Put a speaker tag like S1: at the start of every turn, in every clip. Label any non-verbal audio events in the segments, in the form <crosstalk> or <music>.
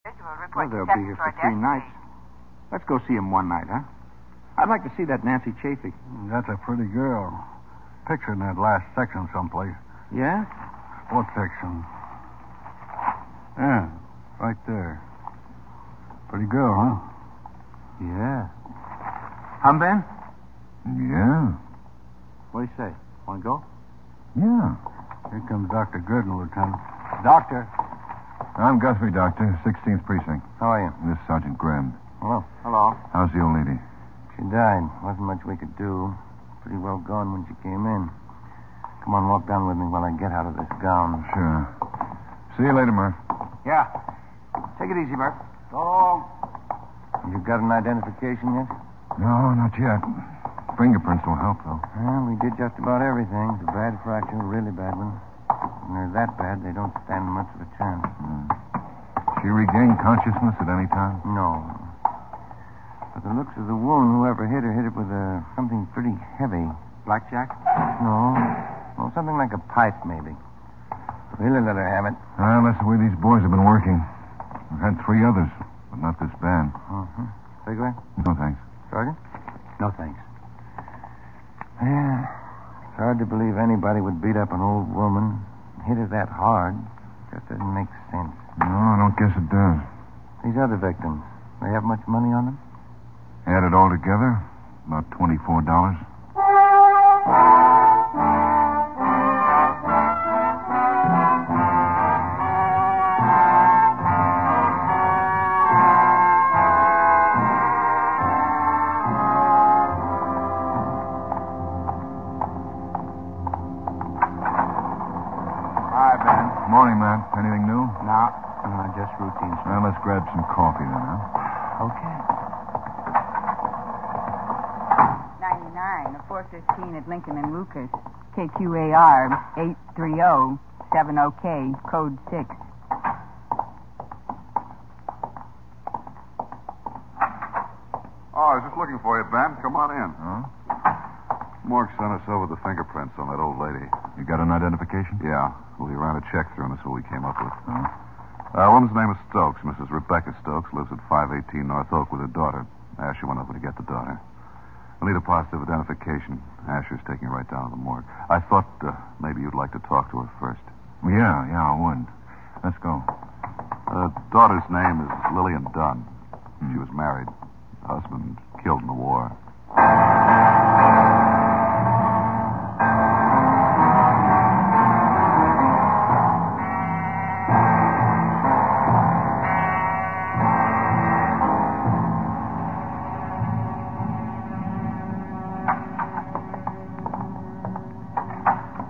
S1: Individual
S2: Well,
S1: report
S2: they'll
S1: to
S2: be here for
S1: Secretary
S2: three
S1: Destiny.
S2: nights. Let's go see him one night, huh? I'd like to see that Nancy Chafee.
S3: That's a pretty girl. Pictured in that last section someplace.
S2: Yeah?
S3: What section? Yeah, right there. Pretty girl, huh?
S2: Yeah. Hum, Ben?
S3: Yeah.
S2: What do you say? Want to go?
S3: Yeah. Here comes Dr. Gooden, Lieutenant. Doctor.
S4: I'm Guthrie, Doctor, 16th Precinct.
S2: How are you?
S4: This is Sergeant Graham.
S2: Hello. Hello.
S4: How's the old lady?
S2: She died. Wasn't much we could do. Pretty well gone when she came in. Come on, walk down with me while I get out of this gown.
S4: Sure. See you later, Murph.
S2: Yeah. Take it easy, Murph. Go long. You got an identification yet?
S4: No, not yet. Fingerprints will help, though.
S2: Well, we did just about everything. It's a bad fracture, a really bad one. When they're that bad, they don't stand much of a chance.
S4: She regained consciousness at any time?
S2: No. But the looks of the wound, whoever hit her hit it with uh, something pretty heavy. Blackjack? No. Well, something like a pipe, maybe. Really let her have it.
S4: Well, Ah, that's the way these boys have been working. I've had three others, but not this bad.
S2: Mm-hmm. Cigarette?
S4: No, thanks.
S2: Sergeant? No, thanks. Yeah. It's hard to believe anybody would beat up an old woman, hit her that hard. Just doesn't make sense.
S4: No, I don't guess it does.
S2: These other victims, they have much money on them?
S4: Add it all together, about $24.
S2: Hi, Ben.
S4: Morning, Matt. Anything new?
S2: No, no, just routine stuff.
S4: Well, let's grab some coffee then, huh?
S2: Okay.
S5: 99, the 415 at Lincoln and Lucas. KQAR oh, 830-70K, code 6.
S6: Oh, I was just looking for you, Ben. Come on in.
S4: Huh?
S6: Mark sent us over the fingerprints on that old lady.
S4: You got an identification?
S6: Yeah. We ran a check through, and that's what we came up with.
S4: Huh?
S6: Uh, woman's name is Stokes. Mrs. Rebecca Stokes lives at 518 North Oak with her daughter. Asher went over to get the daughter. We need a positive identification. Asher's taking her right down to the morgue. I thought uh, maybe you'd like to talk to her first.
S4: Yeah, yeah, I would. Let's go.
S6: Uh, daughter's name is Lillian Dunn. She was married. Husband killed in the war.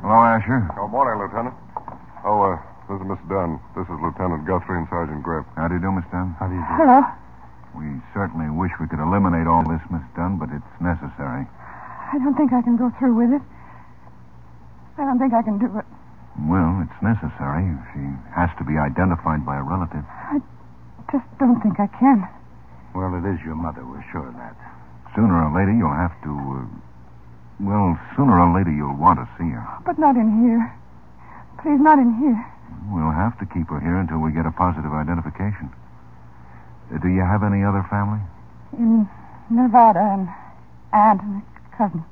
S4: Hello, Asher.
S7: Oh, morning, Lieutenant. Oh, uh, this is Miss Dunn. This is Lieutenant Guthrie and Sergeant Griff.
S4: How do you do, Miss Dunn?
S2: How do you do?
S8: Hello.
S4: We certainly wish we could eliminate all this, Miss Dunn, but it's necessary.
S8: I don't think I can go through with it. I don't think I can do it.
S4: Well, it's necessary. She has to be identified by a relative.
S8: Just don't think I can.
S2: Well, it is your mother. We're sure of that.
S4: Sooner or later, you'll have to. Uh, well, sooner or later, you'll want to see her.
S8: But not in here. Please, not in here.
S4: We'll have to keep her here until we get a positive identification. Uh, do you have any other family?
S8: In Nevada, and aunt and a cousin.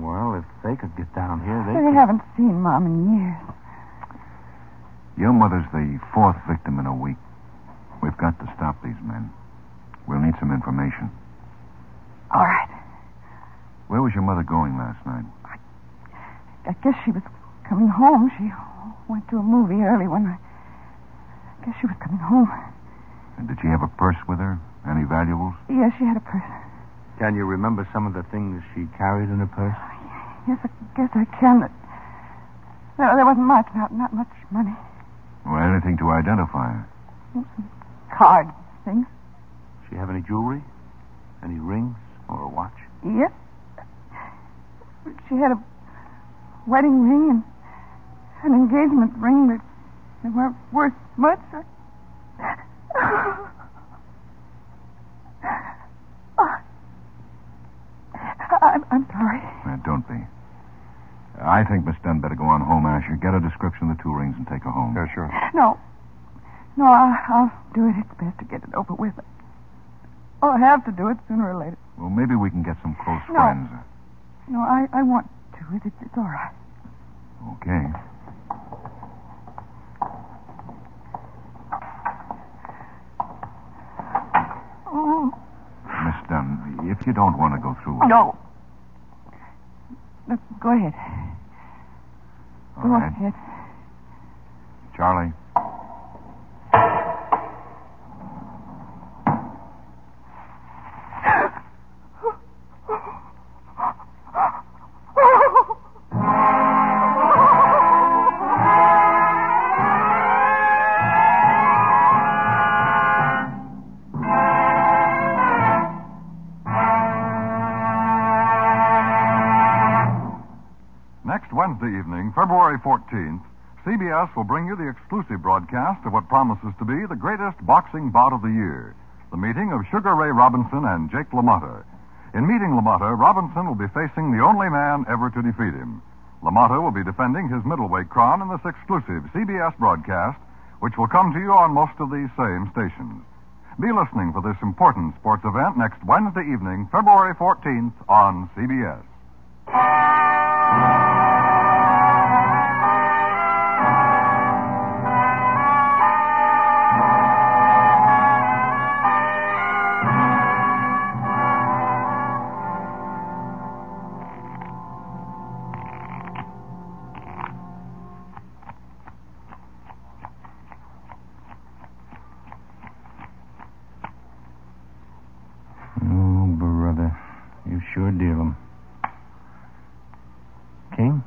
S2: Well, if they could get down here, they
S8: They
S2: could.
S8: haven't seen Mom in years.
S4: Your mother's the fourth victim in a week. We've got to stop these men. We'll need some information.
S8: All right.
S4: Where was your mother going last night?
S8: I guess she was coming home. She went to a movie early when I. I guess she was coming home.
S4: And did she have a purse with her? Any valuables?
S8: Yes, she had a purse.
S2: Can you remember some of the things she carried in her purse?
S8: Yes, I guess I can. But no, there wasn't much, not, not much money.
S4: Or anything to identify her?
S8: Card things.
S2: She have any jewelry? Any rings or a watch?
S8: Yes. She had a wedding ring and an engagement ring that they weren't worth much. I'm, I'm sorry.
S4: Uh, don't be. I think Miss Dunn better go on home, Asher. Get a description of the two rings and take her home.
S7: Yeah, sure.
S8: No. No, I'll, I'll do it. It's best to get it over with. I'll have to do it sooner or later.
S4: Well, maybe we can get some close
S8: No.
S4: friends.
S8: No, I, I want to. It, it's it's all right.
S4: Okay.
S8: Oh,
S4: Miss Dunn, if you don't want to go through with it,
S8: no. Look, go ahead.
S4: all
S8: Go
S4: right.
S8: ahead.
S4: Charlie,
S6: Next Wednesday evening, February 14th, CBS will bring you the exclusive broadcast of what promises to be the greatest boxing bout of the year the meeting of Sugar Ray Robinson and Jake LaMotta. In meeting LaMotta, Robinson will be facing the only man ever to defeat him. LaMotta will be defending his middleweight crown in this exclusive CBS broadcast, which will come to you on most of these same stations. Be listening for this important sports event next Wednesday evening, February 14th, on CBS.
S2: Oh, brother. You sure deal 'em. King?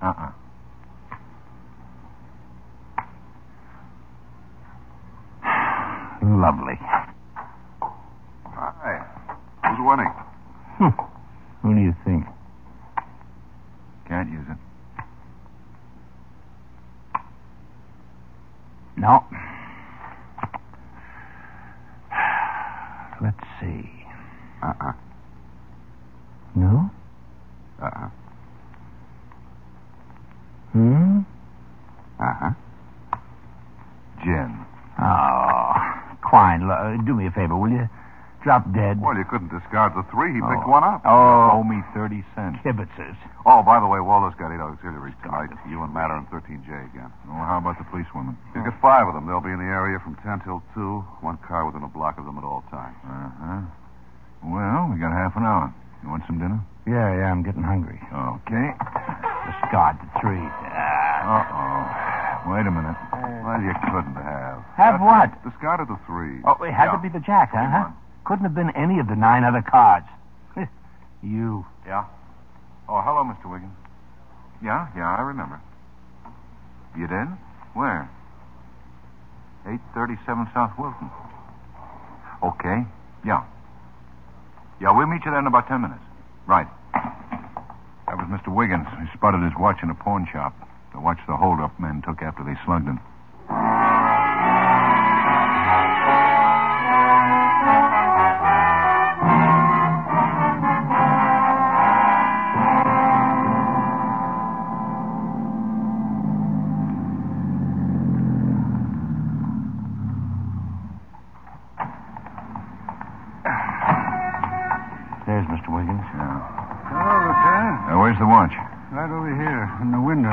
S4: uh-uh.
S2: <sighs> Lovely.
S6: Hi. Who's winning?
S2: Hmm. Who do you think?
S4: Can't use it.
S2: No. <sighs> Let's see.
S6: Uh-uh.
S2: No?
S6: Uh-uh.
S2: Hmm?
S6: Uh-huh.
S4: Jen.
S2: Oh, Quine, lo- uh, do me a favor, will you? Drop dead.
S6: Well, you couldn't discard the three. He
S4: Oh.
S6: picked one up.
S4: Oh. Owe me 30 cents.
S2: Kibitzers.
S6: Oh, by the way, Waldo's got eight auxiliaries tonight. You and Matter and 13J again.
S4: Well, how about the policewoman?
S6: He's got five of them. They'll be in the area from 10 till 2. One car within a block of them at all times.
S4: Uh-huh. Well, we got half an hour. You want some dinner?
S2: Yeah, yeah, I'm getting hungry.
S4: Okay.
S2: Discard the three. Ah.
S4: Uh-oh. Wait a minute.
S6: Well, you couldn't have.
S2: Have what?
S6: Discarded the three.
S2: Oh, it had
S6: Yeah.
S2: to be the jack, huh? huh?
S6: Twenty-one.
S2: Couldn't have been any of the nine other cards. <laughs> you.
S4: Oh, hello, Mr. Wiggins. Yeah, yeah, I remember. You did? Where? 837 South Wilton. Okay. Yeah. Yeah, we'll meet you there in about 10 minutes. Right. That was Mr. Wiggins. He spotted his watch in a pawn shop. The watch the holdup men took after they slugged him.
S2: There's Mr. Wiggins.
S4: Yeah.
S3: Hello, Lieutenant.
S4: Now, where's the watch?
S3: Oh, Right over here in the window.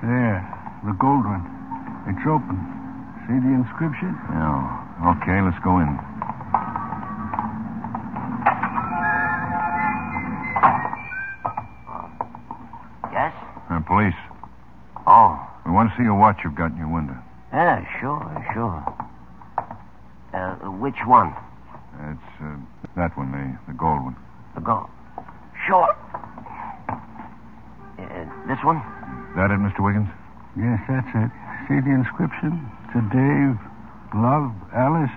S3: There, the gold one. It's open. See the inscription?
S4: Yeah. Okay, let's go in.
S1: Yes?
S4: Uh, police,
S1: Oh.
S4: we want to see your watch you've got in your window.
S1: Yeah, sure, sure. Uh, which one?
S4: It's uh, that one, the, the gold one.
S1: The gold. Sure. Uh, this one?
S4: That it, Mr. Wiggins?
S3: Yes, that's it. See the inscription? To Dave, love, Alice,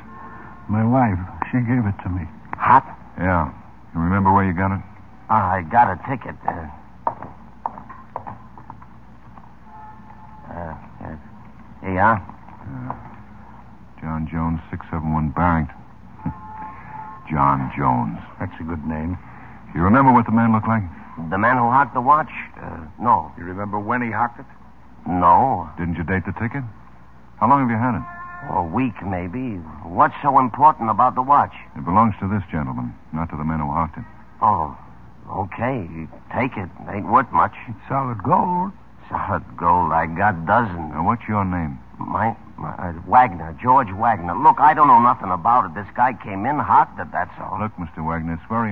S3: my wife. She gave it to me.
S1: Hot?
S4: Yeah. You remember where you got it?
S1: Uh, I got a ticket. Uh, uh, uh, yeah?
S4: John Jones, 671 Barrington. <laughs> John Jones.
S2: That's a good name.
S4: You remember what the man looked like?
S1: The man who hocked the watch? Uh, no.
S6: You remember when he hocked it?
S1: No.
S4: Didn't you date the ticket? How long have you had it?
S1: A week, maybe. What's so important about the watch?
S4: It belongs to this gentleman, not to the man who hawked it.
S1: Oh, okay. Take it. Ain't worth much.
S3: Solid gold.
S1: Solid gold. I got dozens.
S4: Now, what's your name?
S1: My, my uh, Wagner, George Wagner. Look, I don't know nothing about it. This guy came in, hot. it, that's all.
S4: Look, Mr. Wagner, it's very important.